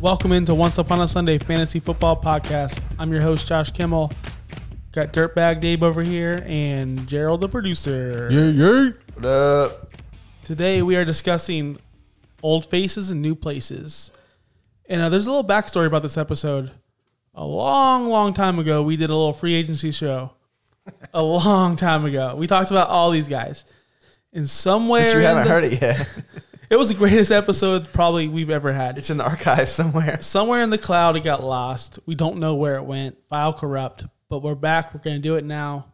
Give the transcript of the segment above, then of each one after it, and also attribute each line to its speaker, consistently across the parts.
Speaker 1: Welcome into Once Upon a Sunday Fantasy Football Podcast. I'm your host, Josh Kimmel. Got Dirtbag Dave over here and Gerald, the producer.
Speaker 2: What up?
Speaker 1: Today we are discussing old faces and new places. And uh, there's a little backstory about this episode. A long, long time ago, we did a little free agency show. a long time ago, we talked about all these guys. And somewhere,
Speaker 2: You
Speaker 1: in
Speaker 2: haven't
Speaker 1: the-
Speaker 2: heard it yet.
Speaker 1: It was the greatest episode probably we've ever had.
Speaker 2: It's in the archive somewhere.
Speaker 1: somewhere in the cloud it got lost. We don't know where it went. File corrupt, but we're back. We're gonna do it now.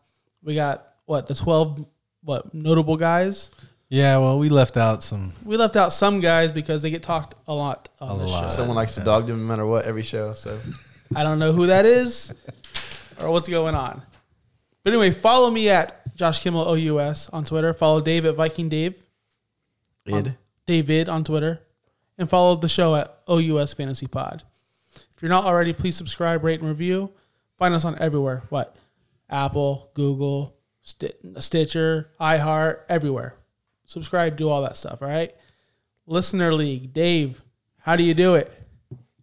Speaker 1: We got what the twelve what notable guys.
Speaker 3: Yeah, well, we left out some.
Speaker 1: We left out some guys because they get talked a lot on this show.
Speaker 2: Someone likes to dog them no matter what every show. So
Speaker 1: I don't know who that is or what's going on. But anyway, follow me at Josh Kimmel OUS on Twitter. Follow Dave at Viking Dave,
Speaker 2: id.
Speaker 1: David on Twitter, and follow the show at OUS Fantasy Pod. If you're not already, please subscribe, rate, and review. Find us on everywhere. What? Apple, Google, Sti- Stitcher, iHeart, everywhere. Subscribe, do all that stuff. All right. Listener League, Dave, how do you do it?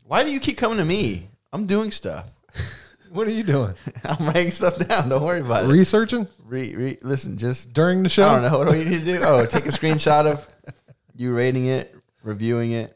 Speaker 2: Why do you keep coming to me? I'm doing stuff.
Speaker 3: What are you doing?
Speaker 2: I'm writing stuff down. Don't worry about it.
Speaker 3: Researching
Speaker 2: Re, re, listen, just
Speaker 3: during the show?
Speaker 2: I don't know. What do we need to do? Oh, take a screenshot of you rating it, reviewing it,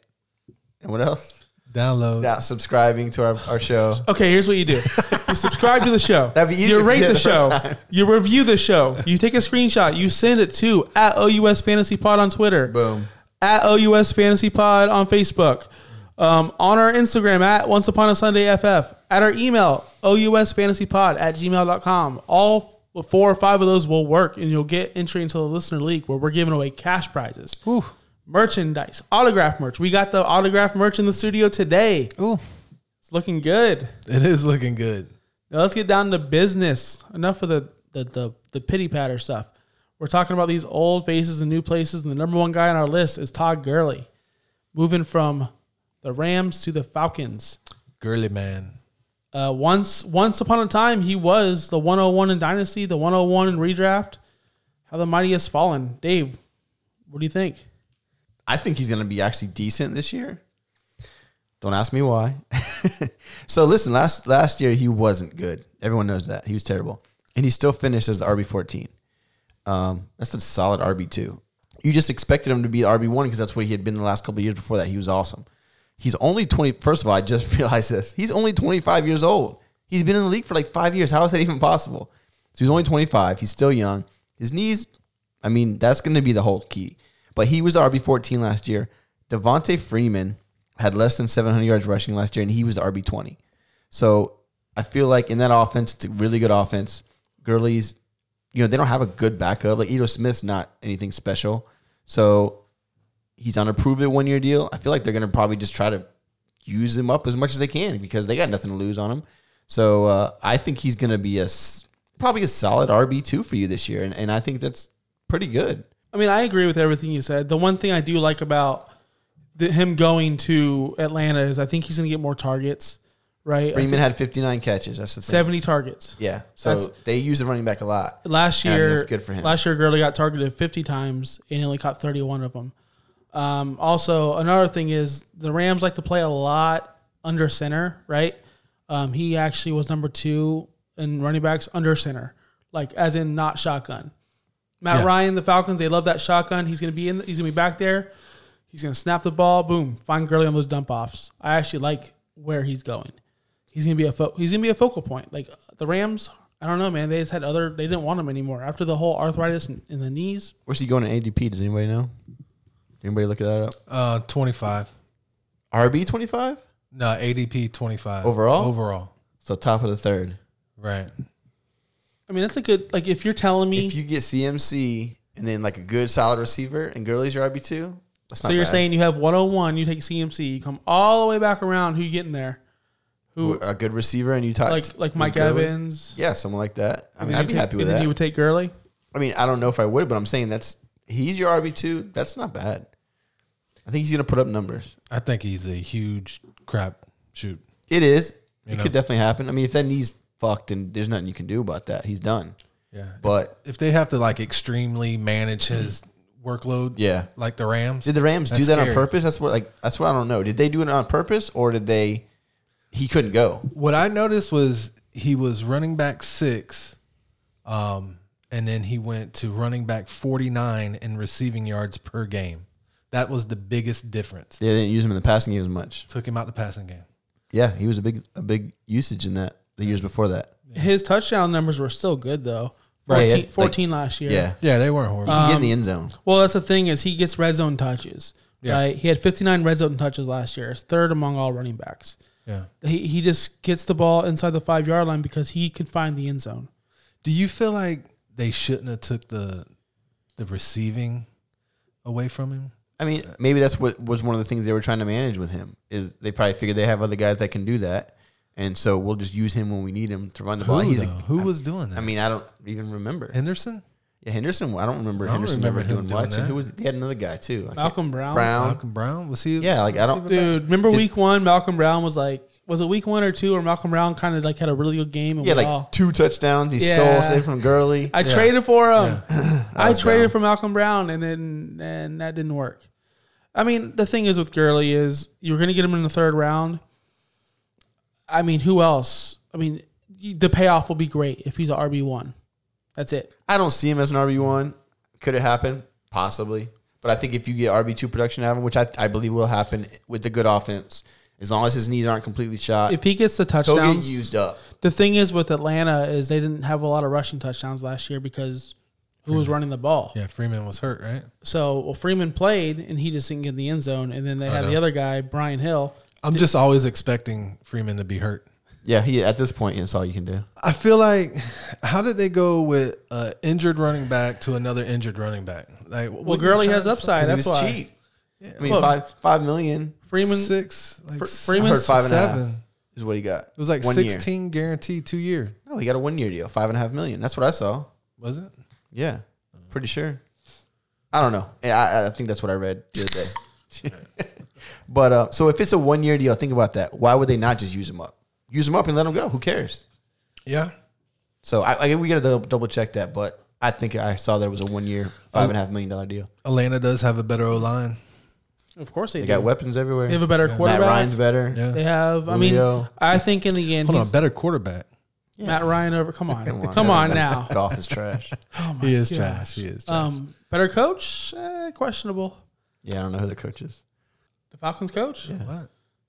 Speaker 2: and what else?
Speaker 3: Download.
Speaker 2: Now subscribing to our, our show.
Speaker 3: Oh.
Speaker 1: Okay, here's what you do. You subscribe to the show.
Speaker 2: That'd be easier
Speaker 1: You
Speaker 2: if
Speaker 1: rate
Speaker 2: you
Speaker 1: the,
Speaker 2: did the
Speaker 1: show.
Speaker 2: first time.
Speaker 1: You review the show. You take a screenshot. You send it to at OUS Fantasy Pod on Twitter.
Speaker 2: Boom.
Speaker 1: At OUS Fantasy Pod on Facebook. Um, on our Instagram at Once Upon a Sunday FF. At our email, OUSFantasyPod at gmail.com. All f- four or five of those will work and you'll get entry into the listener league where we're giving away cash prizes. Merchandise, autograph merch. We got the autograph merch in the studio today.
Speaker 3: Ooh,
Speaker 1: It's looking good.
Speaker 3: it is looking good.
Speaker 1: Now let's get down to business. Enough of the the the, the pity patter stuff. We're talking about these old faces and new places, and the number one guy on our list is Todd Gurley, moving from the Rams to the Falcons.
Speaker 3: Girly man.
Speaker 1: Uh, once once upon a time, he was the 101 in Dynasty, the 101 in Redraft. How the mighty has fallen, Dave. What do you think?
Speaker 2: I think he's going to be actually decent this year. Don't ask me why. so listen, last last year he wasn't good. Everyone knows that he was terrible, and he still finished as the RB fourteen. Um, that's a solid RB two. You just expected him to be the RB one because that's what he had been the last couple of years before that. He was awesome. He's only twenty. First of all, I just realized this. He's only twenty five years old. He's been in the league for like five years. How is that even possible? So he's only twenty five. He's still young. His knees. I mean, that's going to be the whole key. But he was the RB fourteen last year. Devontae Freeman had less than 700 yards rushing last year, and he was the RB 20. So I feel like in that offense, it's a really good offense. Gurley's, you know, they don't have a good backup. Like Edo Smith's not anything special. So he's on a prove it one year deal. I feel like they're going to probably just try to use him up as much as they can because they got nothing to lose on him. So uh, I think he's going to be a s- probably a solid RB two for you this year, and, and I think that's pretty good.
Speaker 1: I mean, I agree with everything you said. The one thing I do like about the, him going to Atlanta is I think he's going to get more targets, right? I
Speaker 2: Freeman
Speaker 1: think
Speaker 2: had 59 catches. That's the thing.
Speaker 1: 70 targets.
Speaker 2: Yeah. So
Speaker 1: That's-
Speaker 2: they use the running back a lot.
Speaker 1: Last
Speaker 2: And I
Speaker 1: year,
Speaker 2: think that's good for him.
Speaker 1: Last year, Gurley got targeted 50 times and he only caught 31 of them. Um, also, another thing is the Rams like to play a lot under center, right? Um, he actually was number two in running backs under center, like as in not shotgun. Matt Ryan, the Falcons, they love that shotgun. He's gonna be in. He's gonna be back there. He's gonna snap the ball. Boom. Find Gurley on those dump offs. I actually like where he's going. he's gonna be a fo- he's gonna be a focal point. Like the Rams, I don't know, man. They just had other they didn't want him anymore after the whole arthritis in, in the knees.
Speaker 2: Where's he going to ADP? Does anybody know? Anybody look that up?
Speaker 3: Uh, 25.
Speaker 2: RB twenty five.
Speaker 3: No, ADP 25.
Speaker 2: Overall?
Speaker 3: Overall.
Speaker 2: So top of the third.
Speaker 3: Right.
Speaker 1: I mean, that's a good like if you're telling me.
Speaker 2: If you get CMC and then like a good solid receiver and Gurley's your RB two, that's
Speaker 1: so
Speaker 2: not
Speaker 1: you're
Speaker 2: bad.
Speaker 1: saying you have 101, you take CMC, you come all the way back around. Who you getting there? Who
Speaker 2: a good receiver and you talk
Speaker 1: like like Mike
Speaker 2: Gurley?
Speaker 1: Evans?
Speaker 2: Yeah, someone like that. I mean,
Speaker 1: And
Speaker 2: I'd be
Speaker 1: you take-
Speaker 2: happy with
Speaker 1: and then
Speaker 2: that.
Speaker 1: You would take Gurley.
Speaker 2: I mean, I don't know if I would, but I'm saying that's he's your RB two. That's not bad. I think he's gonna put up numbers.
Speaker 3: I think he's a huge crap shoot.
Speaker 2: It is. it
Speaker 3: know.
Speaker 2: could definitely happen. I mean, if that knee's fucked and there's nothing you can do about that, he's done.
Speaker 3: Yeah.
Speaker 2: But
Speaker 3: If they have to like extremely manage his workload,
Speaker 2: Yeah.
Speaker 3: like the Rams,
Speaker 2: did the Rams do
Speaker 3: that's
Speaker 2: that on
Speaker 3: scary.
Speaker 2: purpose? That's what like that's what I don't know. Did they do it on purpose or did they? He couldn't go.
Speaker 3: What I noticed was he was running back six, um, and then he went to running back 49 in receiving yards per game. That was the biggest difference.
Speaker 2: They didn't use him in the passing game as much.
Speaker 3: Took him out the passing game.
Speaker 2: Yeah, he was a big a big usage in that the years before that.
Speaker 1: His touchdown numbers were still good though. 14,
Speaker 2: Right, yeah, like-
Speaker 1: 14 last year.
Speaker 2: Yeah,
Speaker 3: Yeah, they weren't horrible.
Speaker 2: he get in the end zone.
Speaker 1: Well, that's the thing is he gets red zone touches.
Speaker 3: Yeah.
Speaker 1: Right. He had 59 red zone touches last year. It's third among all running backs.
Speaker 3: yeah.
Speaker 1: He, he just gets the ball inside the five yard line because he can find the end zone.
Speaker 3: Do you feel like they shouldn't have took the the receiving away from him?
Speaker 2: I mean, maybe that's what was one of the things they were trying to manage with him is they probably figured they have other guys that can do that, and so we'll just use him when we need him to run the ball.
Speaker 3: Who,
Speaker 2: He's a-
Speaker 3: though? Who was doing that?
Speaker 2: I mean, I don't even remember
Speaker 3: Henderson?
Speaker 2: yeah, Henderson. I don't remember
Speaker 3: I don't
Speaker 2: Henderson
Speaker 3: remember
Speaker 2: ever
Speaker 3: him
Speaker 2: doing
Speaker 3: doing
Speaker 2: much. And
Speaker 3: that.
Speaker 2: who was? They had another guy too. I can't-
Speaker 1: Malcolm Brown.
Speaker 2: Brown.
Speaker 3: Malcolm Brown? Was he?
Speaker 2: Yeah, like I don't.
Speaker 1: Dude, remember
Speaker 2: Did-
Speaker 1: week one, Malcolm Brown was like, was it week one or two where Malcolm Brown kind of like had a really good game? And
Speaker 2: Yeah,
Speaker 1: we
Speaker 2: like
Speaker 1: all-
Speaker 2: two touchdowns. He stole
Speaker 1: Yeah.
Speaker 2: something from Gurley.
Speaker 1: I traded for him. I
Speaker 2: was
Speaker 1: traded
Speaker 2: dumb.
Speaker 1: for Malcolm Brown, and then and that didn't work. I mean, the thing is with Gurley is you're going to get him in the third round. I mean, who else? I mean, you- the payoff will be great if he's an RB one. That's it.
Speaker 2: I don't see him as an RB one. Could it happen? Possibly. But I think if you get RB two production out of him, which I, I believe will happen with the good offense, as long as his knees aren't completely shot,
Speaker 1: If he gets the
Speaker 2: he'll get
Speaker 1: touchdowns,
Speaker 2: used up.
Speaker 1: the thing is with Atlanta is they didn't have a lot of rushing touchdowns last year because who was running the ball?
Speaker 3: Yeah, Freeman was hurt, right?
Speaker 1: So well, Freeman played and he just didn't get in the end zone, and then they have
Speaker 3: know.
Speaker 1: the other guy Brian Hill.
Speaker 3: I'm just always expecting Freeman to be hurt.
Speaker 2: Yeah, he at this point it's all you can do.
Speaker 3: I feel like how did they go with uh, injured running back to another injured running back? Like
Speaker 1: Well, Gurley has upside. That's why.
Speaker 2: I mean,
Speaker 1: Well-
Speaker 2: five five million
Speaker 1: Freeman,
Speaker 3: six, like
Speaker 1: Fr-
Speaker 3: six
Speaker 2: I
Speaker 1: Freeman's
Speaker 2: heard
Speaker 3: to
Speaker 2: five and a half
Speaker 3: seven.
Speaker 2: is what he got.
Speaker 3: It was like
Speaker 2: One year.
Speaker 3: sixteen guaranteed two year,
Speaker 2: No, he got a one year deal, five and a half million. That's what I saw.
Speaker 3: was it?
Speaker 2: Yeah, pretty sure. I don't know. Yeah, I, I think that's what I read the other day. but uh, so if it's a one year deal, think about that. Why would they not just use him up? Use him up and let him go. Who cares?
Speaker 3: Yeah.
Speaker 2: So I, I we got to double, double check that. But I think I saw that it was a one year, five and a half million dollar deal.
Speaker 3: Atlanta does have a better O line.
Speaker 1: of course they,
Speaker 2: They
Speaker 1: do.
Speaker 2: got weapons everywhere.
Speaker 1: They have a better
Speaker 2: Matt
Speaker 1: quarterback.
Speaker 2: Ryan's better.
Speaker 3: Yeah.
Speaker 1: They have. I mean,
Speaker 2: Julio.
Speaker 1: I think in the end,
Speaker 3: Hold on,
Speaker 1: he's-
Speaker 3: better quarterback.
Speaker 1: Matt Ryan over. Come on, come on, now.
Speaker 2: Golf is trash.
Speaker 3: he is
Speaker 1: Oh gosh.
Speaker 3: trash. He is trash.
Speaker 1: Um, better coach? Eh, questionable.
Speaker 2: Yeah, I don't know who the coach is.
Speaker 1: The Falcons coach?
Speaker 3: what?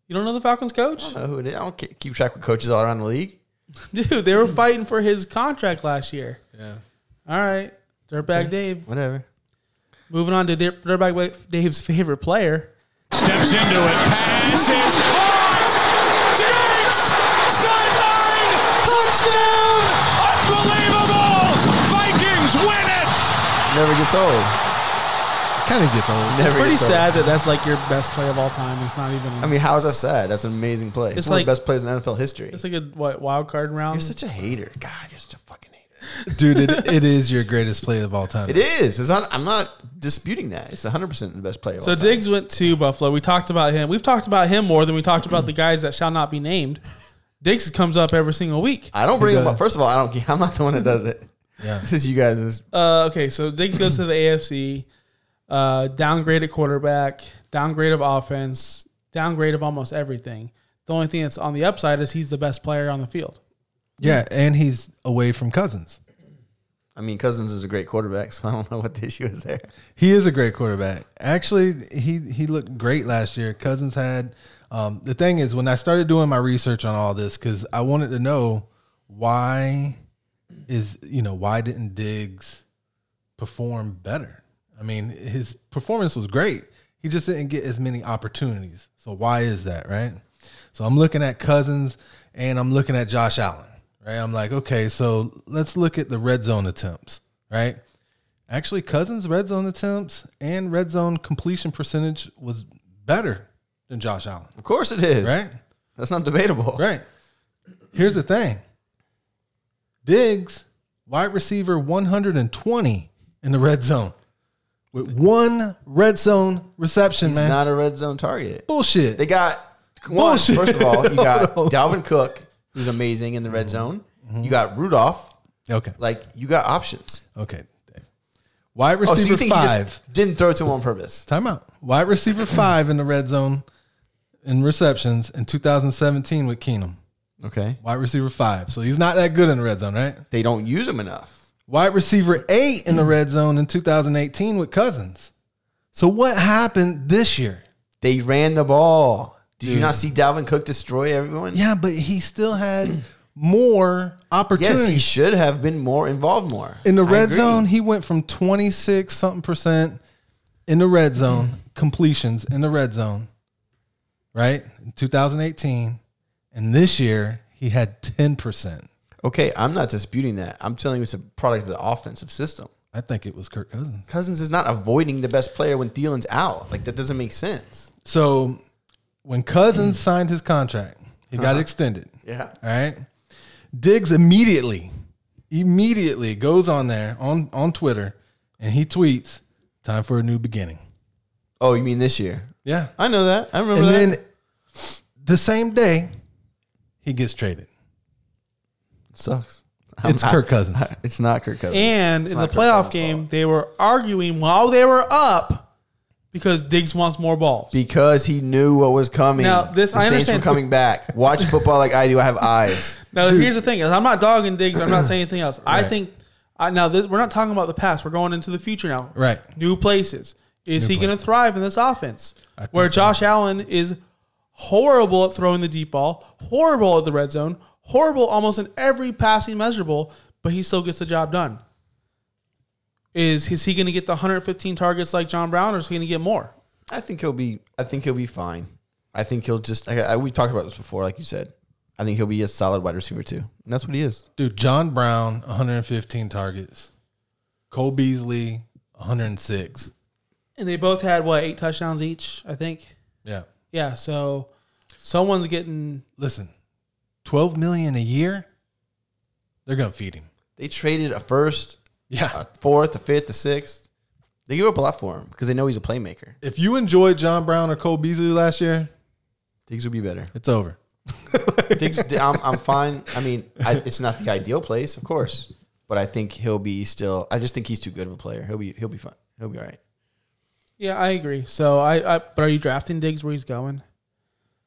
Speaker 1: You don't know the Falcons coach,
Speaker 2: I don't know who it is. I don't ke- keep track with coaches all around the league.
Speaker 1: dude? They were fighting for his contract last year.
Speaker 3: Yeah.
Speaker 1: All right, Dirtbag Dave.
Speaker 2: Whatever.
Speaker 1: Moving on to Dir- Dirtbag Wa- Dave's favorite player.
Speaker 4: Steps into it. Pass is caught. Diggs. Sideline. Touchdown. Unbelievable. Vikings win it.
Speaker 2: Never gets old.
Speaker 3: Kind of gets old.
Speaker 2: Never
Speaker 1: It's pretty
Speaker 2: gets old.
Speaker 1: sad that that's like your best play of all time. It's not even.
Speaker 2: I mean, how is that sad? That's an amazing play. It's,
Speaker 1: It's
Speaker 2: one
Speaker 1: like-
Speaker 2: of the best plays in NFL history.
Speaker 1: it's like a what wild card round.
Speaker 2: You're such a hater. God, you're such a fucking hater.
Speaker 3: Dude, it, it is your greatest play of all time.
Speaker 2: It is. It's on, I'm not disputing that. It's 100% the best play of
Speaker 1: So
Speaker 2: all time.
Speaker 1: Diggs went to Buffalo. We talked about him. We've talked about him more than we talked about the guys that shall not be named. Diggs comes up every single week.
Speaker 2: I don't bring him
Speaker 3: does.
Speaker 2: up. First of all, I don't. I'm not the one that does it.
Speaker 3: Yeah.
Speaker 2: This is you guys. Is,
Speaker 1: Uh, okay, so Diggs goes to the AFC. Uh, downgrade at quarterback, downgrade of offense, downgrade of almost everything. The only thing that's on the upside is he's the best player on the field.
Speaker 3: Yeah, and he's away from Cousins.
Speaker 2: I mean, Cousins is a great quarterback, so I don't know what the issue is there.
Speaker 3: He is a great quarterback. Actually, he he looked great last year. Cousins had Um, the thing is, when I started doing my research on all this, because I wanted to know why is you know why didn't Diggs perform better? I mean, his performance was great. He just didn't get as many opportunities. So why is that, right? So I'm looking at Cousins and I'm looking at Josh Allen, right? I'm like, okay, so let's look at the red zone attempts, right? Actually, Cousins' red zone attempts and red zone completion percentage was better than Josh Allen,
Speaker 2: Of course it is.
Speaker 3: right?
Speaker 2: That's not debatable.
Speaker 3: Right. Here's the thing Diggs, wide receiver 120 in the red zone with one red zone reception,
Speaker 2: He's
Speaker 3: man.
Speaker 2: not a red zone target.
Speaker 3: Bullshit.
Speaker 2: They got one, first
Speaker 3: Bullshit.
Speaker 2: of all, you got Dalvin Cook, who's amazing in the red zone.
Speaker 3: Mm-hmm.
Speaker 2: You got Rudolph.
Speaker 3: okay.
Speaker 2: Like you got options.
Speaker 3: Okay. Dave. Wide
Speaker 2: Oh,
Speaker 3: receiver
Speaker 2: so you think
Speaker 3: five.
Speaker 2: he just didn't throw to him on purpose?
Speaker 3: Time out. Wide receiver five in the red zone in receptions in 2017 with Keenum.
Speaker 2: Okay.
Speaker 3: Wide receiver five. So he's not that good in the red zone, right?
Speaker 2: They don't use him enough.
Speaker 3: Wide receiver eight in the red zone in 2018 with Cousins. So what happened this year?
Speaker 2: They ran the ball. Did you not see Dalvin Cook destroy everyone?
Speaker 3: Yeah, but he still had more
Speaker 2: Yes, he
Speaker 3: opportunities.
Speaker 2: should have been more involved more.
Speaker 3: in the
Speaker 2: I
Speaker 3: red
Speaker 2: agree.
Speaker 3: zone, he went from 26 something percent in the red zone, completions in the red zone, right? In 2018. And this year, he had 10%.
Speaker 2: Okay, I'm not disputing that. I'm telling you it's a product of the offensive system.
Speaker 3: I think it was Kirk Cousins.
Speaker 2: Cousins is not avoiding the best player when Thielen's out. Like that doesn't make sense.
Speaker 3: So when Cousins signed his contract, he got extended.
Speaker 2: Hmm. Uh-huh. Yeah.
Speaker 3: All right. Diggs immediately, immediately goes on there on, on Twitter and he tweets, time for a new beginning.
Speaker 2: Oh, you mean this year?
Speaker 3: Yeah.
Speaker 2: I know that. I remember
Speaker 3: And
Speaker 2: that.
Speaker 3: then the same day, he gets traded.
Speaker 2: sucks.
Speaker 3: It's Kirk Cousins.
Speaker 2: It's not Kirk Cousins.
Speaker 1: And in the
Speaker 2: not Kirk Cousins'
Speaker 1: playoff game, they were arguing while they were up because Diggs wants more balls.
Speaker 2: because he knew what was coming.
Speaker 1: Now, this-
Speaker 2: the
Speaker 1: I
Speaker 2: Saints
Speaker 1: understand-
Speaker 2: were coming back. Watch football like I do. I have eyes.
Speaker 1: Now, here's the thing: is I'm not dogging Diggs. I'm not saying anything else. I think I, now this, we're not talking about the past. We're going into the future now.
Speaker 3: Right.
Speaker 1: New places. Is he going to thrive in this offense? Where Josh Allen is horrible at throwing the deep ball, horrible at the red zone, horrible almost in every passing measurable, but he still gets the job done. Is is he going to get the 115 targets like John Brown, or is he going to get more?
Speaker 2: I think he'll be. I think he'll be fine. I think he'll just. I, I, we talked about this before, like you said. I think he'll be a solid wide receiver too. And that's what he is.
Speaker 3: Dude, John Brown, 115 targets. Cole Beasley, 106.
Speaker 1: And they both had what eight touchdowns each, I think.
Speaker 3: Yeah.
Speaker 1: Yeah, so someone's getting
Speaker 3: Listen, 12 million a year, they're going to feed him.
Speaker 2: They traded a first,
Speaker 3: Yeah.
Speaker 2: a fourth, a fifth, a sixth. They give up a lot for him because they know he's a playmaker.
Speaker 3: If you enjoyed John Brown or Cole Beasley last year,
Speaker 2: Diggs would be better.
Speaker 3: it's over.
Speaker 2: Diggs, I'm, I'm fine. I mean, I, it's not the ideal place, of course, but I think he'll be still. I just think he's too good of a player. He'll be. He'll be fine. He'll be all right.
Speaker 1: Yeah, I agree. So I, I but are you drafting Diggs where he's going?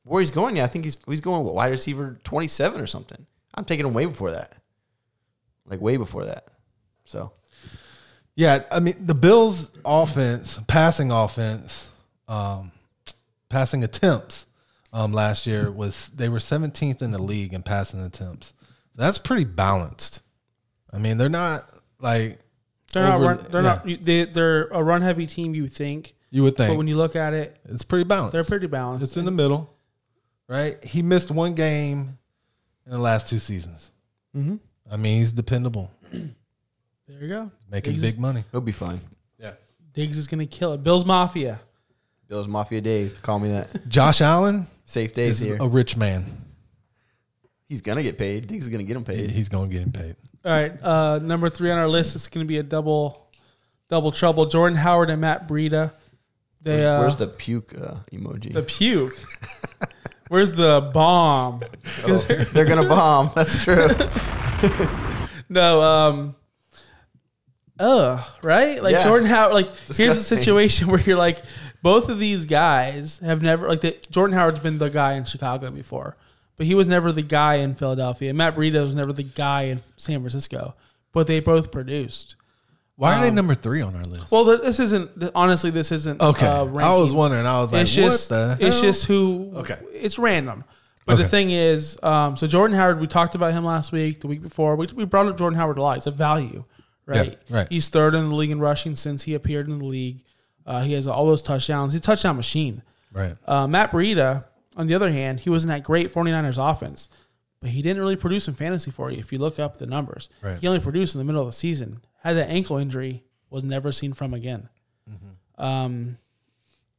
Speaker 2: Where he's going, yeah, I think he's he's going what, wide receiver twenty seven or something. I'm taking him way before that, like way before that. So
Speaker 3: Yeah, I mean the Bills' offense, passing offense, um, passing attempts um, last year was they were 17th in the league in passing attempts. That's pretty balanced. I mean, they're not like
Speaker 1: They're
Speaker 3: Over-
Speaker 1: not run, they're
Speaker 3: yeah.
Speaker 1: not you- they, they're a run heavy team you think,
Speaker 3: you would think.
Speaker 1: but when you look at it,
Speaker 3: it's pretty balanced.
Speaker 1: they're pretty balanced.
Speaker 3: It's in the middle, right? He missed one game in the last two seasons.
Speaker 1: Mm-hmm.
Speaker 3: I mean, he's dependable,
Speaker 1: there you go.
Speaker 3: making
Speaker 1: Diggs
Speaker 3: big
Speaker 1: is,
Speaker 3: money.
Speaker 2: he'll be fine.
Speaker 1: Diggs is gonna kill it. Bill's Mafia.
Speaker 2: Bills Mafia Dave, call me that.
Speaker 3: Josh Allen
Speaker 2: Safe days
Speaker 3: is
Speaker 2: here.
Speaker 3: a rich man.
Speaker 2: He's gonna get paid. Diggs is gonna get him paid.
Speaker 3: He's gonna get him paid.
Speaker 1: All right, uh, number three on our list is gonna be a double, double trouble. Jordan Howard and Matt Breida. They uh,
Speaker 2: Where's the puke uh, emoji?
Speaker 1: the puke? Where's the bomb?
Speaker 2: Oh, they're gonna bomb. That's true.
Speaker 1: No, um, ugh, right? Like
Speaker 2: Yeah.
Speaker 1: Jordan Howard. Like here's a
Speaker 2: Disgusting.
Speaker 1: situation where you're like, both of these guys have never like the, Jordan Howard's been the guy in Chicago before, but he was never the guy in Philadelphia. Matt Breida was never the guy in San Francisco, but they both produced.
Speaker 3: Why are they number three on our list?
Speaker 1: Well, th- this isn't th- honestly. This isn't
Speaker 3: Okay,
Speaker 1: uh,
Speaker 3: I was
Speaker 1: ranking.
Speaker 3: wondering. I was like,
Speaker 1: it's just
Speaker 3: what the?
Speaker 1: it's
Speaker 3: hell?
Speaker 1: just who.
Speaker 3: Okay.
Speaker 1: it's random. But the
Speaker 3: Okay.
Speaker 1: thing is, um, so Jordan Howard, we talked about him last week, the week before. We, we brought up Jordan Howard a lot. It's a value, right?
Speaker 3: Yeah, right.
Speaker 1: He's third in the league in rushing since he appeared in the league. Uh, he has all those touchdowns. He's a touchdown machine.
Speaker 3: right.
Speaker 1: Uh, Matt Breida, on the other hand, he was in that great 49ers offense, but he didn't really produce in fantasy for you if you look up the numbers.
Speaker 3: Right.
Speaker 1: He only produced in the middle of the season, had that ankle injury, was never seen from again. Um,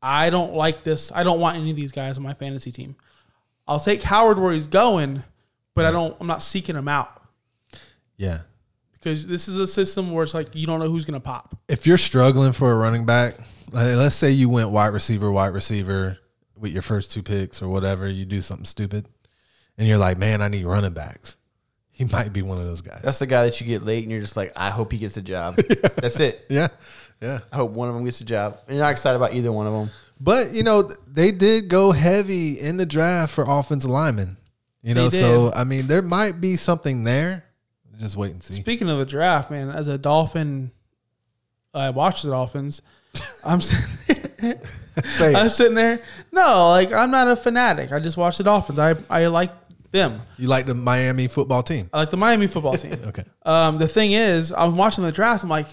Speaker 1: I don't like this. I don't want any of these guys on my fantasy team. I'll take Howard where he's going, but I don't. I'm not seeking him out
Speaker 3: yeah.
Speaker 1: because this is a system where it's like you don't know who's going to pop.
Speaker 3: If you're struggling for a running back, like, let's say you went wide receiver, wide receiver with your first two picks or whatever, you do something stupid, and you're like, man, I need running backs. He might be one of those guys.
Speaker 2: That's the guy that you get late and you're just like, I hope he gets a job. That's it.
Speaker 3: Yeah, yeah.
Speaker 2: I hope one of them gets a job. And you're not excited about either one of them.
Speaker 3: But you know, they did go heavy in the draft for offensive linemen. You know,
Speaker 1: They
Speaker 3: so I mean, there might be something there. Just wait and see.
Speaker 1: Speaking of the draft, man, as a Dolphin, I watched the Dolphins. I'm sitting there,
Speaker 3: Say
Speaker 1: I'm
Speaker 3: it.
Speaker 1: sitting there. No, like I'm not a fanatic. I just watch the Dolphins. I I like them.
Speaker 3: You like the Miami football team?
Speaker 1: I like the Miami football team.
Speaker 3: Okay.
Speaker 1: Um, the thing is, I'm watching the draft. I'm like,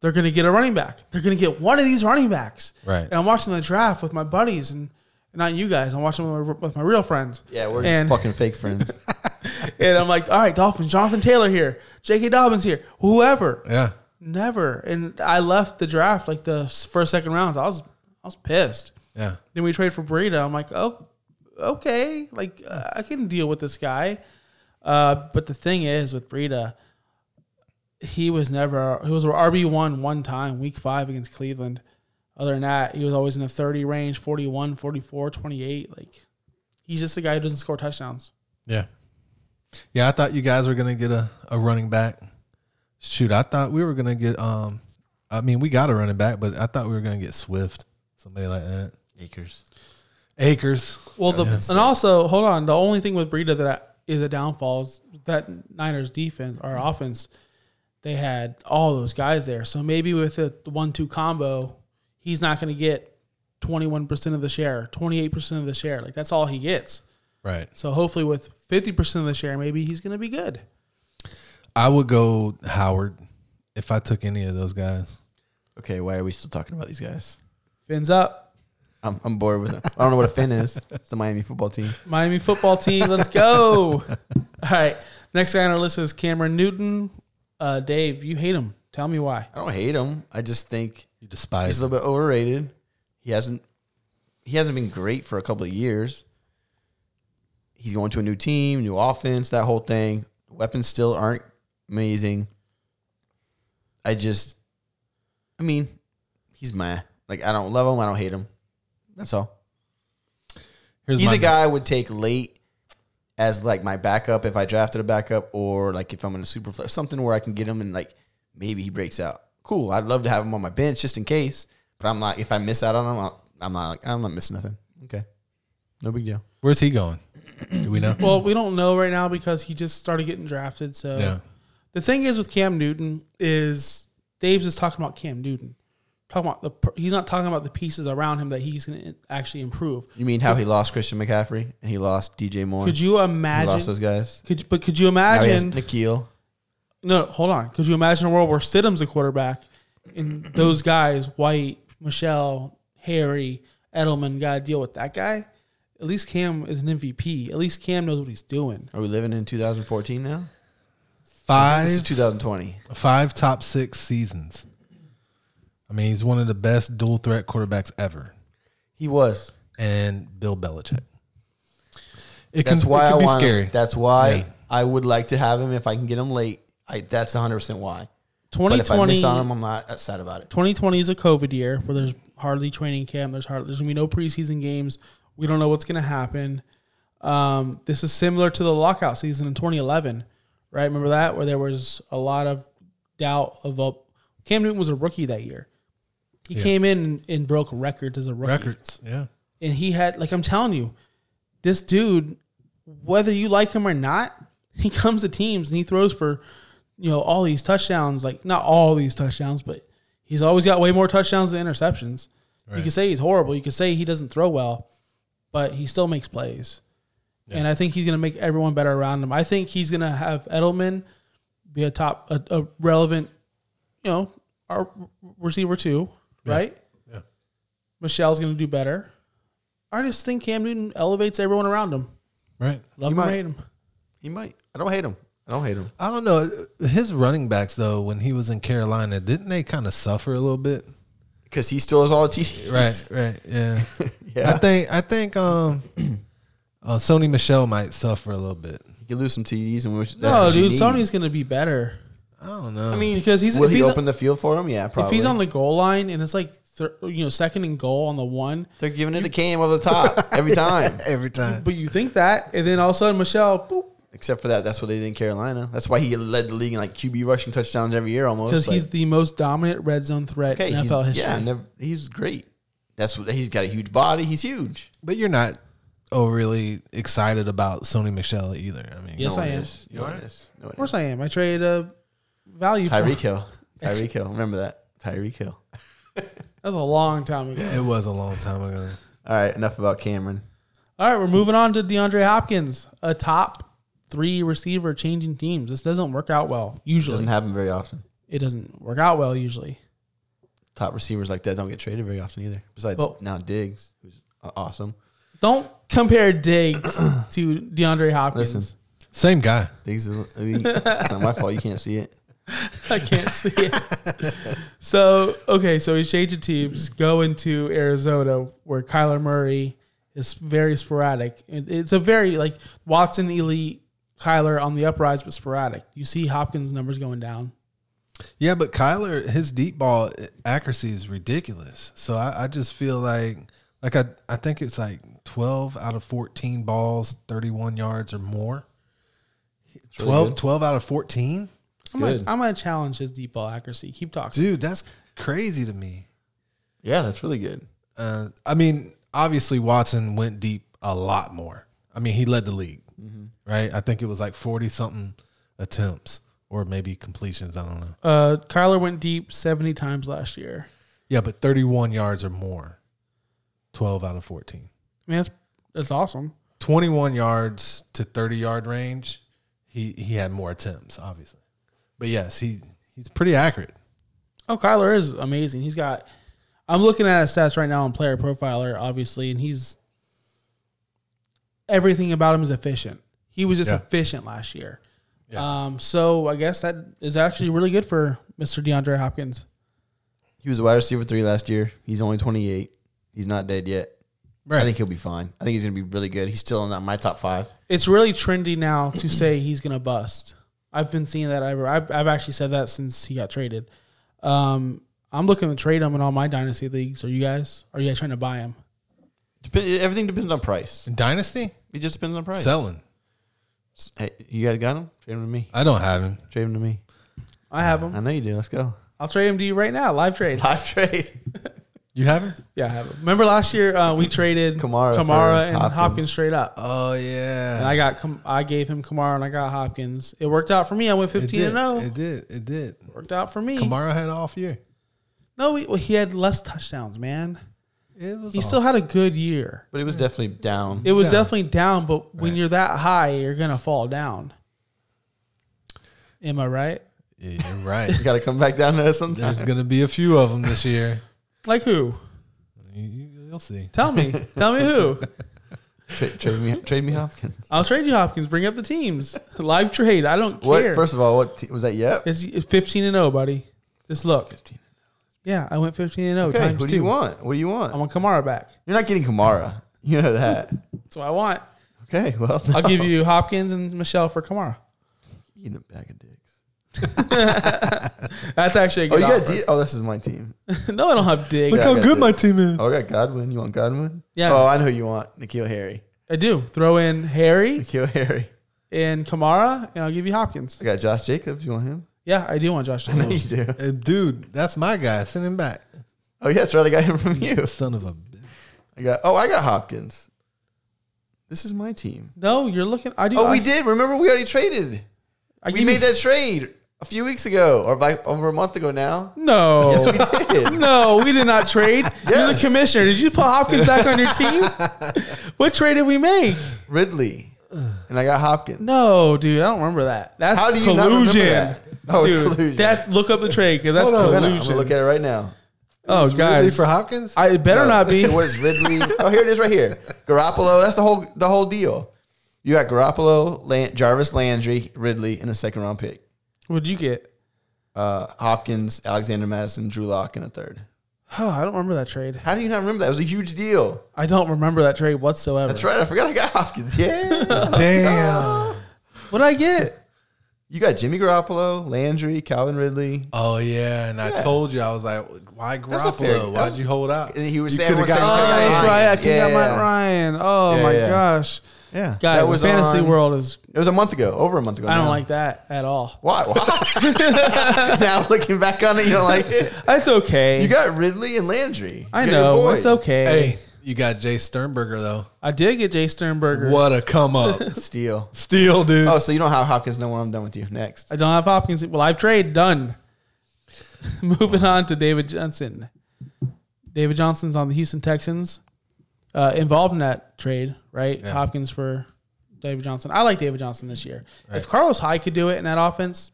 Speaker 1: they're going to get a running back. They're going to get one of these running backs.
Speaker 3: Right.
Speaker 1: And I'm watching the draft with my buddies and not you guys. I'm watching with my, with my real friends.
Speaker 2: Yeah, we're
Speaker 1: and,
Speaker 2: just fucking fake friends.
Speaker 1: And I'm like, all right, Dolphins. Jonathan Taylor here. J.K. Dobbins here. Whoever.
Speaker 3: Yeah.
Speaker 1: Never. And I left the draft like the s- first second rounds. I was I was pissed.
Speaker 3: Yeah.
Speaker 1: Then we trade for Breida. I'm like, oh, okay, like uh, I can deal with this guy. Uh, but the thing is with Breida, he was never he was RB one one time week five against Cleveland. Other than that, he was always in the 30 range, 41, 44, 28. Like he's just the guy who doesn't score touchdowns.
Speaker 3: Yeah. Yeah, I thought you guys were gonna get a, a running back. Shoot, I thought we were gonna get um I mean we got a running back, but I thought we were gonna get Swift. Somebody like that.
Speaker 2: Acres.
Speaker 3: Akers.
Speaker 1: Well, the and also hold on. The only thing with Breida that I- is a downfall is that Niners defense or offense. They had all those guys there, so maybe with a one-two combo, he's not going to get twenty-one percent of the share, twenty-eight percent of the share. Like that's all he gets.
Speaker 3: Right.
Speaker 1: So hopefully, with fifty percent of the share, maybe he's going to be good.
Speaker 3: I would go Howard if I took any of those guys.
Speaker 2: Okay, why are we still talking about these guys?
Speaker 1: Fins up,
Speaker 2: I'm, I'm bored with them. I don't know what a fin is. It's the Miami football team.
Speaker 1: Miami football team. Let's go. all right, next guy on our list is Cameron Newton. Uh, Dave, you hate him. Tell me why.
Speaker 2: I don't hate him. I just think
Speaker 3: You despise
Speaker 2: he's a little bit overrated. He hasn't he hasn't been great for a couple of years. He's going to a new team, new offense, that whole thing. Weapons still aren't amazing. I just I mean, he's meh. Like I don't love him, I don't hate him. That's all.
Speaker 3: Here's
Speaker 2: he's
Speaker 3: my
Speaker 2: a guy I would take late as like my backup if I drafted a backup or like if I'm in a super flex, something where I can get him and like maybe he breaks out. Cool. I'd love to have him on my bench just in case, but I'm not, if I miss out on him, I'll- I'm not like, I'm not missing nothing. Okay. No big deal.
Speaker 3: Where's he going? Do we know?
Speaker 1: Well, we don't know right now because he just started getting drafted. So
Speaker 3: yeah.
Speaker 1: the thing is with Cam Newton is Dave's just talking about Cam Newton, talking about the per- he's not talking about the pieces around him that he's going to actually improve.
Speaker 2: You mean how he lost Christian McCaffrey and he lost DJ Moore?
Speaker 1: Could you
Speaker 2: he lost
Speaker 1: imagine?
Speaker 2: those guys?
Speaker 1: Could you- but could you
Speaker 2: Now he has
Speaker 1: imagine?
Speaker 2: Nikhil.
Speaker 1: No, hold on. Could you imagine a world where Stidham's a quarterback and those guys, White, Michelle, Harry, Edelman, got to deal with that guy? At least Cam is an MVP. At least Cam knows what he's doing.
Speaker 2: Are we living in 2014 now? This is
Speaker 3: Five
Speaker 2: 2020.
Speaker 3: five top six seasons. I mean, he's one of the best dual threat quarterbacks ever.
Speaker 2: He was.
Speaker 3: And Bill Belichick. It
Speaker 2: That's
Speaker 3: can,
Speaker 2: why
Speaker 3: it can
Speaker 2: I
Speaker 3: be
Speaker 2: want.
Speaker 3: scary.
Speaker 2: Him. That's why
Speaker 3: Yeah.
Speaker 2: I would like to have him if I can get him late. I, that's 100 percent why. But if I
Speaker 1: 2020
Speaker 2: miss on him, I'm not uh, sad about it.
Speaker 1: 2020 is a COVID year where there's hardly training camp. There's hardly there's gonna be no preseason games. We don't know what's gonna happen. Um, this is similar to the lockout season in 2011, right? Remember that where there was a lot of doubt of a, Cam Newton was a rookie that year. He came in and, and broke records as a rookie,
Speaker 3: records. Yeah.
Speaker 1: and he had like I'm telling you, this dude, whether you like him or not, he comes to teams and he throws for you know, all these touchdowns, like not all these touchdowns, but he's always got way more touchdowns than interceptions. You could say he's horrible. You could say he doesn't throw well, but he still makes plays. And I think he's going to make everyone better around him. I think he's going to have Edelman be a top, a, a relevant, you know, our receiver too, right?
Speaker 3: Yeah.
Speaker 1: Michelle's going to do better. I just think Cam Newton elevates everyone around him.
Speaker 3: Right.
Speaker 1: Love
Speaker 2: You
Speaker 1: him,
Speaker 2: might-
Speaker 1: or hate him.
Speaker 2: He might. I don't hate him. I don't hate him.
Speaker 3: I don't know. His running backs though, when he was in Carolina, didn't they kind of suffer a little bit?
Speaker 2: Because he still has all TDs.
Speaker 3: Right, right, yeah.
Speaker 2: Yeah.
Speaker 3: I think I think um uh, Sony Michelle might suffer a little bit.
Speaker 2: He could lose some TDs. and which,
Speaker 1: No, dude, Sony's going to be better.
Speaker 3: I don't know.
Speaker 2: I mean,
Speaker 1: because he's-
Speaker 2: will
Speaker 1: if
Speaker 2: he
Speaker 1: he's-
Speaker 2: open the field for him? Yeah, probably.
Speaker 1: If he's on the goal line and it's like thir- you know second and goal on the one,
Speaker 2: They're giving it to Cam over the top every time.
Speaker 3: every time.
Speaker 1: but you think that, and then all of a sudden Michelle,
Speaker 2: Except for that, that's what they did in Carolina. That's why he led the league in like QB rushing touchdowns every year almost.
Speaker 1: because
Speaker 2: Like,
Speaker 1: he's the most dominant red zone threat
Speaker 2: okay,
Speaker 1: in
Speaker 2: he's-
Speaker 1: NFL history.
Speaker 2: Yeah, never, he's great. That's what he's got a huge body. He's huge.
Speaker 3: But you're not overly excited about Sony Michelle either. I mean,
Speaker 1: yes, I
Speaker 2: one
Speaker 1: am.
Speaker 2: is. No one is. No one
Speaker 1: Of course, I am. I trade uh, value. for-
Speaker 2: Tyreek Hill. Tyreek Hill. Remember that. Tyreek Hill.
Speaker 1: That was a long time ago.
Speaker 3: it was a long time ago.
Speaker 2: All right, enough about Cameron.
Speaker 1: All right, we're moving on to DeAndre Hopkins, a top three receiver changing teams. This doesn't work out well usually.
Speaker 2: Doesn't happen very often.
Speaker 1: it doesn't work out well usually.
Speaker 2: Top receivers like that don't get traded very often either. Besides
Speaker 1: Well-
Speaker 2: now Diggs, who's a- awesome.
Speaker 1: Don't compare Diggs to DeAndre Hopkins.
Speaker 2: Listen.
Speaker 3: Same guy.
Speaker 2: Diggs is, I mean, it's not my fault. You can't see it.
Speaker 1: I can't see it. so okay, so he's changing teams, going to Arizona where Kyler Murray is very sporadic. It- It's a very like Watson elite Kyler on the uprise, but sporadic. You see Hopkins numbers going down.
Speaker 3: Yeah, but Kyler, his deep ball accuracy is ridiculous. So I, I just feel like, like I, I think it's like twelve out of fourteen balls, thirty-one yards or more.
Speaker 2: really
Speaker 3: 12,
Speaker 2: good.
Speaker 3: 12 out of fourteen,
Speaker 1: I'm gonna, I'm gonna challenge his deep ball accuracy. Keep talking.
Speaker 3: dude. That's crazy to me.
Speaker 2: Yeah, that's really good.
Speaker 3: Uh, I mean, obviously Watson went deep a lot more. I mean, he led the league,
Speaker 2: Mm-hmm.
Speaker 3: right? I think it was like forty something attempts or maybe completions. I don't know.
Speaker 1: Uh, Kyler went deep 70 times last year.
Speaker 3: Yeah, but thirty-one yards or more, twelve out of fourteen.
Speaker 1: I mean, that's that's awesome.
Speaker 3: 21 yards to 30 yard range, he he had more attempts, obviously. But yes, he he's pretty accurate.
Speaker 1: Oh, Kyler is amazing. He's got. I'm looking at his stats right now on Player Profiler, obviously, and he's everything about him is efficient. He was just
Speaker 3: Yeah.
Speaker 1: efficient last year. Um, so I guess that is actually really good for Mr. DeAndre Hopkins.
Speaker 2: He was a wide receiver three last year. He's only 28. He's not dead yet. I think he'll be fine. I think he's going to be really good. He's still in that- my top five.
Speaker 1: It's really trendy now to say he's gonna bust. I've been seeing that. Ever. I've I've actually said that since he got traded. Um, I'm looking to trade him in all my dynasty leagues. Are you guys? Are you guys trying to buy him?
Speaker 2: Depend, everything depends on price.
Speaker 3: Dynasty?
Speaker 2: It just depends on price.
Speaker 3: Selling.
Speaker 2: Hey, you guys got him? Trade him to me.
Speaker 3: I don't have him.
Speaker 2: Trade him to me.
Speaker 1: I have him.
Speaker 2: I know you do. Let's go.
Speaker 1: I'll trade him to you right now. Live trade.
Speaker 2: Live trade.
Speaker 3: You have him?
Speaker 1: Yeah, I have it. Remember last year uh, we traded
Speaker 2: Kamara
Speaker 1: Kamara,
Speaker 2: for
Speaker 1: and
Speaker 2: Hopkins.
Speaker 1: Hopkins. straight up,
Speaker 3: Oh
Speaker 1: and
Speaker 3: yeah.
Speaker 1: I got Kam- I gave him Kamara and I got Hopkins. It worked out for me. I went
Speaker 3: it
Speaker 1: fifteen
Speaker 3: did.
Speaker 1: and oh. zero.
Speaker 3: It did. It did.
Speaker 1: worked out for me.
Speaker 3: Kamara had an off year.
Speaker 1: No, we, well, he had less touchdowns, man.
Speaker 3: It was
Speaker 1: He
Speaker 3: off.
Speaker 1: still had a good year.
Speaker 2: But it was definitely down.
Speaker 1: It was definitely down, but when you're that high, you're gonna fall down. Am I right?
Speaker 3: Yeah, you're right.
Speaker 2: got to come back down there sometime.
Speaker 3: There's gonna be a few of them this year.
Speaker 1: Like who?
Speaker 3: You, you- you'll see.
Speaker 1: Tell me. Tell me who.
Speaker 2: Tra- trade me. Trade me Hopkins.
Speaker 1: I'll trade you Hopkins. Bring up the teams. Live trade. I don't care.
Speaker 2: What? First of all, what te- was that? Yep.
Speaker 1: It's it's 15 and 0, buddy. Just look.
Speaker 2: 15
Speaker 1: Yeah, I went 15 and 0
Speaker 2: oh. Okay.
Speaker 1: times
Speaker 2: Who
Speaker 1: two.
Speaker 2: do you want? What do you want?
Speaker 1: I want Kamara back.
Speaker 2: You're not getting Kamara. You know that.
Speaker 1: That's what I want.
Speaker 2: Okay. Well,
Speaker 1: I'll
Speaker 2: no.
Speaker 1: give you Hopkins and Michelle for Kamara.
Speaker 2: You need a bag of dicks.
Speaker 1: That's actually a
Speaker 2: Oh,
Speaker 1: good
Speaker 2: you got.
Speaker 1: offer.
Speaker 2: D- oh, this is my team.
Speaker 1: no, I don't have Diggs.
Speaker 2: Yeah, I got Diggs.
Speaker 3: team is.
Speaker 2: Oh, I got Godwin. You want Godwin?
Speaker 1: Yeah.
Speaker 2: Oh, I know who you want. Nikhil Harry.
Speaker 1: I do. Throw in Harry
Speaker 2: Nikhil Harry.
Speaker 1: and Kamara, and I'll give you Hopkins.
Speaker 2: I got Josh Jacobs. You want him?
Speaker 1: Yeah, I do want Josh
Speaker 2: I know
Speaker 1: Jacobs.
Speaker 2: you do.
Speaker 3: Uh, dude, that's my guy. Send him back.
Speaker 2: Oh yeah, that's right. I got him from you.
Speaker 3: Son of a bitch.
Speaker 2: I got. Oh, I got Hopkins. This is my team.
Speaker 1: No, you're looking. I do.
Speaker 2: Oh, we
Speaker 1: I-
Speaker 2: did. Remember, we already traded.
Speaker 1: I
Speaker 2: We
Speaker 1: give
Speaker 2: made
Speaker 1: you-
Speaker 2: that trade. a few weeks ago or by, over a month ago now.
Speaker 1: No.
Speaker 2: Yes, we did.
Speaker 1: No, we did not trade. You're the
Speaker 2: Yes.
Speaker 1: commissioner. Did you put Hopkins back on your team? what trade did we make?
Speaker 2: Ridley. And I got Hopkins.
Speaker 1: No, dude, I don't remember that. That's
Speaker 2: How do you not remember
Speaker 1: collusion.
Speaker 2: that? Oh, it's
Speaker 1: dude,
Speaker 2: collusion.
Speaker 1: That look up the trade because that's
Speaker 2: I'm gonna, I'm
Speaker 1: collusion.
Speaker 2: gonna look at it right now.
Speaker 1: oh,
Speaker 3: Ridley
Speaker 1: guys,
Speaker 3: for Hopkins?
Speaker 1: I, it better
Speaker 2: No,
Speaker 1: not be.
Speaker 2: It was Ridley. oh, here it is, right here. Garoppolo. That's the whole the whole deal. You got Garoppolo, Lan- Jarvis Landry, Ridley, and a second round pick.
Speaker 1: What'd you get?
Speaker 2: Uh, Hopkins, Alexander Madison, Drew Lock, and a third.
Speaker 1: Oh, I don't remember that trade.
Speaker 2: How do you not remember that? It was a huge deal.
Speaker 1: I don't remember that trade whatsoever.
Speaker 2: That's right. I forgot I got Hopkins. Yeah.
Speaker 3: Damn.
Speaker 1: What did I get?
Speaker 2: you got Jimmy Garoppolo, Landry, Calvin Ridley.
Speaker 3: Oh yeah, and I told you I was like, why
Speaker 2: That's a fair-
Speaker 3: Garoppolo? Why'd you hold out?
Speaker 2: And he was
Speaker 3: You
Speaker 2: saying
Speaker 3: coulda
Speaker 2: we're saying-
Speaker 1: Oh,
Speaker 3: got-
Speaker 2: Ryan.
Speaker 1: that's right. I could have got
Speaker 2: Yeah.
Speaker 1: Matt Ryan. Oh
Speaker 2: Yeah,
Speaker 1: my
Speaker 2: yeah.
Speaker 1: gosh,
Speaker 2: Yeah.
Speaker 1: guys,
Speaker 2: that was
Speaker 1: the fantasy
Speaker 2: on-
Speaker 1: world is.
Speaker 2: It was a month ago, over a month ago.
Speaker 1: I don't
Speaker 2: now.
Speaker 1: like that at all.
Speaker 2: Why? Why? now looking back on it, you don't like it.
Speaker 1: That's okay.
Speaker 2: You got Ridley and Landry.
Speaker 1: I
Speaker 2: You got your
Speaker 1: know
Speaker 2: boys.
Speaker 1: it's okay.
Speaker 3: Hey, you got Jay Sternberger though.
Speaker 1: I did get Jay Sternberger.
Speaker 3: What a come up.
Speaker 2: Steal.
Speaker 3: Steal, dude.
Speaker 2: Oh, so you don't have Hopkins no more. I'm done with you. Next.
Speaker 1: I don't have Hopkins. Well, I've trade done. Moving on to David Johnson. David Johnson's on the Houston Texans. Uh, involved in that trade, right? Hopkins for David Johnson. I like David Johnson this year. If Carlos Hyde could do it in that offense,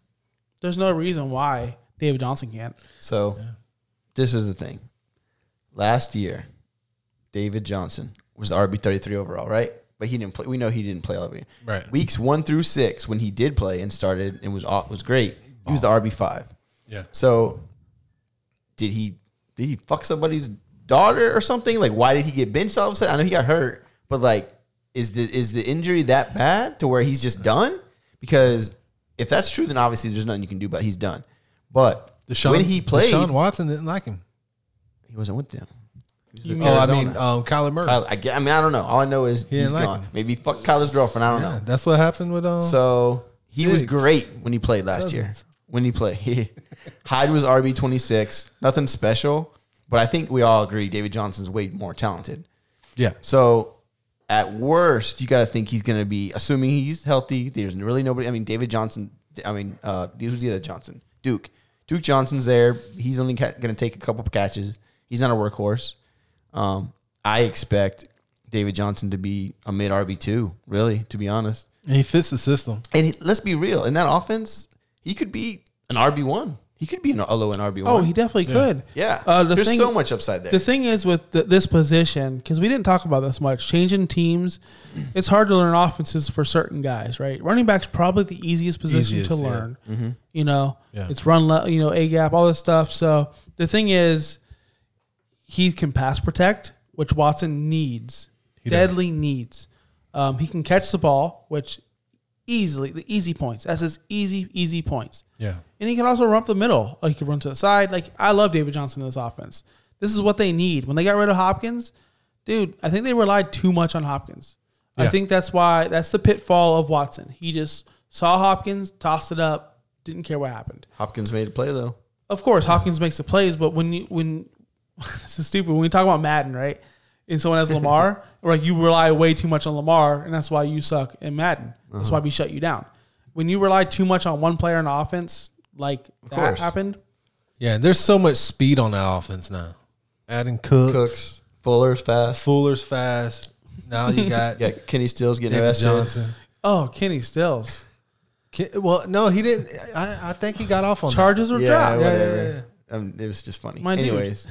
Speaker 1: there's no reason why David Johnson can't.
Speaker 2: So this is the thing. Last year, David Johnson was the RB thirty three overall, right? But he didn't play. We know he didn't play all year.
Speaker 3: Right.
Speaker 2: Weeks one through six, when he did play and started and was aw- was great. He was the RB five.
Speaker 3: yeah.
Speaker 2: So did he did he fuck somebody's daughter or something? Like why did he get benched all of a sudden? I know he got hurt, but like is the is the injury that bad to where he's just done? Because if that's true, then obviously there's nothing you can do about it. he's done. But
Speaker 3: Deshaun,
Speaker 2: when he played,
Speaker 3: Deshaun Watson didn't like him.
Speaker 2: he wasn't with them. He was with
Speaker 3: Oh, I
Speaker 2: Arizona.
Speaker 3: mean, um, Kyler Murray.
Speaker 2: Kyler- uh, I, ge- I mean, I don't know. All I know is
Speaker 3: didn't
Speaker 2: he's
Speaker 3: like
Speaker 2: gone.
Speaker 3: him.
Speaker 2: Maybe he fucked Kyler's girlfriend. I don't know.
Speaker 3: Yeah, that's what happened with um.
Speaker 2: So he was
Speaker 3: Diggs.
Speaker 2: great when he played last year.
Speaker 3: Cousins.
Speaker 2: When he played, Hyde was RB twenty six. Nothing special, but I think we all agree David Johnson's way more talented.
Speaker 3: yeah,
Speaker 2: So at worst, you got to think he's going to be assuming he's healthy. There's really nobody. I mean, David Johnson. I mean, uh, who's the other Johnson? Duke. Duke Johnson's there. He's only ca- going to take a couple of catches. He's not a workhorse. Um, I expect David Johnson to be a mid RB two. Really, to be honest.
Speaker 3: and he fits the system.
Speaker 2: And he- let's be real, in that offense, he could be an RB one. He could be an low end RB one.
Speaker 1: Oh, he definitely could.
Speaker 2: yeah.
Speaker 1: Uh, the
Speaker 2: There's
Speaker 1: thing,
Speaker 2: so much upside there.
Speaker 1: The thing is with th this position because we didn't talk about this much. Changing teams,
Speaker 3: Mm.
Speaker 1: it's hard to learn offenses for certain guys, right? Running back's probably the easiest position
Speaker 3: Easiest,
Speaker 1: to
Speaker 3: yeah. Mm-hmm.
Speaker 1: learn. You know,
Speaker 3: Yeah.
Speaker 1: it's run, le- you know, a gap, all this stuff. So the thing is, he can pass protect, which Watson needs, deadly needs. Um, he can catch the ball, which easily the easy points. That's his easy, easy points.
Speaker 3: Yeah,
Speaker 1: And he can also run up the middle. Like he can run to the side. Like I love David Johnson in this offense. This is what they need. When they got rid of Hopkins, dude, I think they relied too much on Hopkins. I
Speaker 3: Yeah.
Speaker 1: think that's why that's the pitfall of Watson. He just saw Hopkins, tossed it up, didn't care what happened.
Speaker 2: Hopkins made a play though.
Speaker 1: Of course, Hopkins makes the plays, but when you when this is stupid, when we talk about Madden, right? And someone has Lamar, or like you rely way too much on Lamar, and that's why you suck in Madden. That's
Speaker 2: Uh-huh.
Speaker 1: why we shut you down. When you rely too much on one player in offense, like that
Speaker 2: course.
Speaker 1: happened,
Speaker 3: yeah. and There's so much speed on that offense now. Adding Cooks,
Speaker 2: Cooks, Fuller's fast.
Speaker 3: Fuller's fast. Now you got
Speaker 2: Yeah, Kenny Stills getting
Speaker 3: David
Speaker 2: arrested.
Speaker 3: Johnson.
Speaker 1: Oh, Kenny Stills.
Speaker 3: Ki- Well, no, he didn't. I, I think he got off on that.
Speaker 1: Charges were
Speaker 2: Yeah,
Speaker 1: dropped.
Speaker 2: whatever. Um, it was just funny.
Speaker 1: My dude.
Speaker 2: Anyways,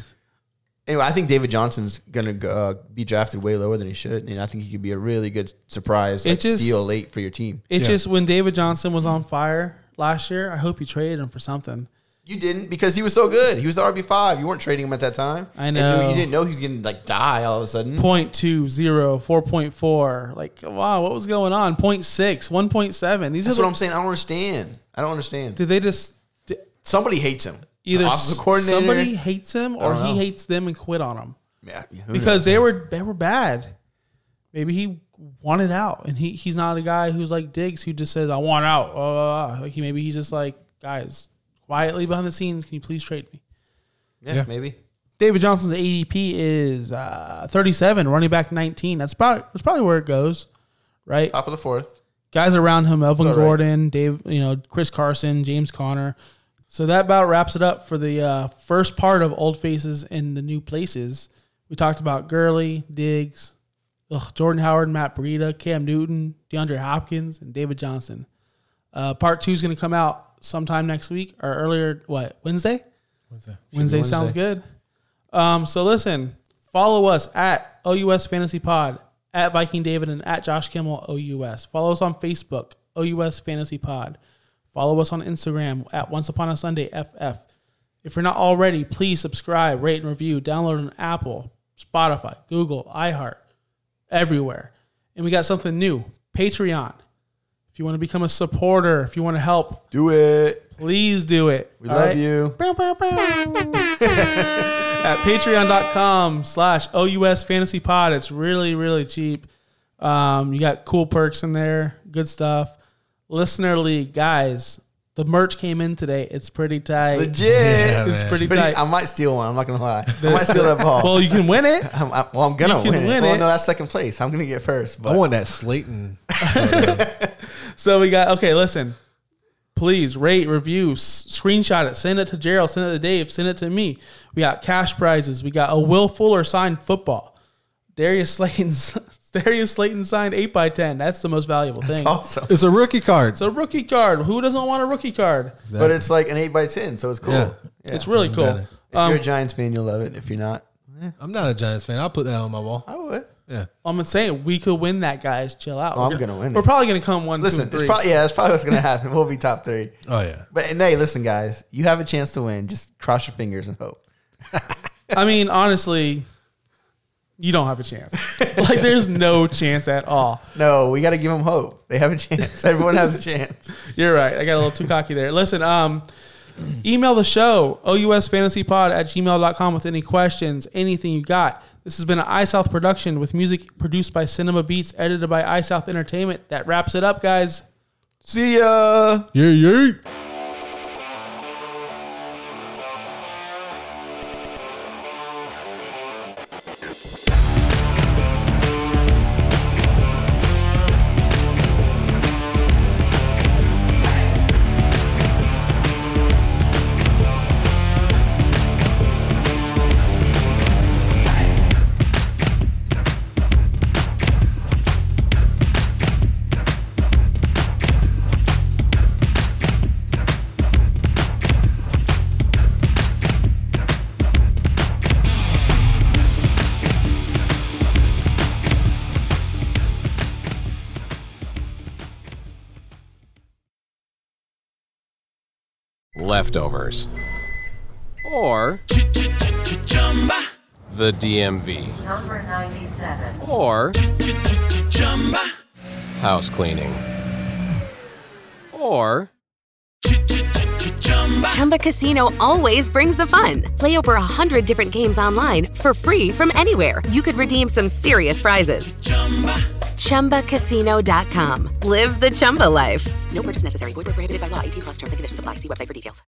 Speaker 2: anyway, I think David Johnson's gonna go- uh, be drafted way lower than he should, and I think he could be a really good surprise
Speaker 1: It
Speaker 2: like,
Speaker 1: just-
Speaker 2: steal late for your team.
Speaker 1: It's
Speaker 3: Yeah.
Speaker 1: just when David Johnson was on fire last year, I hope you traded him for something.
Speaker 2: You didn't because he was so good. He was the RB five. You weren't trading him at that time.
Speaker 1: I
Speaker 2: And
Speaker 1: know.
Speaker 2: you didn't know he was gonna like die all of a sudden.
Speaker 1: 0.20, 4.4. Like, wow, what was going on? 0.6, 1.7. These
Speaker 2: That's
Speaker 1: are
Speaker 2: what
Speaker 1: the,
Speaker 2: I'm saying. I don't understand. I don't understand.
Speaker 1: did they just did
Speaker 2: Somebody hates him.
Speaker 1: either
Speaker 2: the
Speaker 1: s-
Speaker 2: offensive coordinator.
Speaker 1: somebody hates him or
Speaker 2: don't
Speaker 1: he
Speaker 2: know.
Speaker 1: hates them and quit on him
Speaker 2: yeah, who knows?
Speaker 1: because they were they were bad. Maybe he wanted out and he he's not a guy who's like Diggs who just says I want out. blah, blah, blah. Like he maybe he's just like guys quietly behind the scenes. Can you please trade me?
Speaker 2: yeah, maybe.
Speaker 1: David Johnson's ADP is uh, 37, running back 19. That's probably that's probably where it goes, right?
Speaker 2: Top of the fourth.
Speaker 1: guys around him, Elvin
Speaker 2: All right.
Speaker 1: Gordon, Dave, you know, Chris Carson, James Conner. So that about wraps it up for the uh, first part of Old Faces in the New Places. We talked about Gurley, Diggs, ugh, Jordan Howard, Matt Breida, Cam Newton, DeAndre Hopkins, and David Johnson. Uh, part two is going to come out sometime next week or earlier. What Wednesday? Wednesday. Wednesday sounds good. Um, so listen, follow us at OUS Fantasy Pod, at Viking David, and at Josh Kimmel OUS. Follow us on Facebook, OUS Fantasy Pod. Follow us on Instagram at Once Upon a Sunday FF. If you're not already, please subscribe, rate, and review. Download on Apple, Spotify, Google, iHeart, everywhere. And we got something new Patreon. If you want to become a supporter, if you want to help,
Speaker 2: Do it.
Speaker 1: please do it.
Speaker 2: We
Speaker 1: All
Speaker 2: love
Speaker 1: right?
Speaker 2: you.
Speaker 1: at patreon.com slash OUS fantasy pod. It's really, really cheap. Um, you got cool perks in there, good stuff. Listener League, guys, the merch came in today. It's pretty tight.
Speaker 2: Legit.
Speaker 1: It's
Speaker 3: man.
Speaker 1: pretty, tight.
Speaker 2: I might steal one. I'm not gonna lie. I might steal that ball.
Speaker 1: well, you can win it.
Speaker 2: I'm, I, well, I'm gonna
Speaker 1: you can
Speaker 2: win, it.
Speaker 1: win
Speaker 2: Well,
Speaker 1: it.
Speaker 2: no, that's second place. I'm gonna get first. But
Speaker 3: I want that Slayton.
Speaker 1: So we got okay. Listen, please rate, review, s- screenshot it, send it to Gerald, send it to Dave, send it to me. We got cash prizes. We got a Will Fuller signed football. Darius Slayton's Darius Slayton signed eight by ten. That's the most valuable thing.
Speaker 2: awesome.
Speaker 3: It's a rookie card.
Speaker 1: It's a rookie card. Who doesn't want a rookie card?
Speaker 2: But it's like an eight by ten, so it's cool.
Speaker 3: Yeah.
Speaker 2: Yeah.
Speaker 1: it's Um, really cool.
Speaker 3: better.
Speaker 2: If you're a Giants fan, you'll love it. If you're not,
Speaker 3: I'm not a Giants fan. I'll put that on my wall.
Speaker 2: I would.
Speaker 3: Yeah.
Speaker 1: I'm saying we could win that, guys. Chill out.
Speaker 2: Oh, I'm
Speaker 1: We're
Speaker 2: gonna win
Speaker 1: We're
Speaker 2: it.
Speaker 1: probably gonna come one.
Speaker 2: Listen,
Speaker 1: two, and three.
Speaker 2: it's probably yeah, that's probably what's gonna happen. We'll be top three.
Speaker 3: Oh yeah.
Speaker 2: But and hey, listen, guys, you have a chance to win. Just cross your fingers and hope.
Speaker 1: I mean, honestly, you don't have a chance. like, there's no chance at all.
Speaker 2: No, we got to give them hope. They have a chance. Everyone has a chance.
Speaker 1: You're right. I got a little too cocky there. Listen, um, email the show, ousfantasypod at gmail.com with any questions, anything you got. This has been an iSouth production with music produced by Cinema Beats, edited by iSouth Entertainment. That wraps it up, guys.
Speaker 2: See ya.
Speaker 3: Yeah, yeah.
Speaker 5: leftovers, or the DMV,
Speaker 6: Number 97.
Speaker 5: or house cleaning, or
Speaker 6: Chumba Casino always brings the fun. Play over a hundred different games online for free from anywhere. You could redeem some serious prizes. ChumbaCasino.com. Live the Chumba life. No purchase necessary. Void where prohibited by law. 18 plus. Terms and conditions apply. See website for details.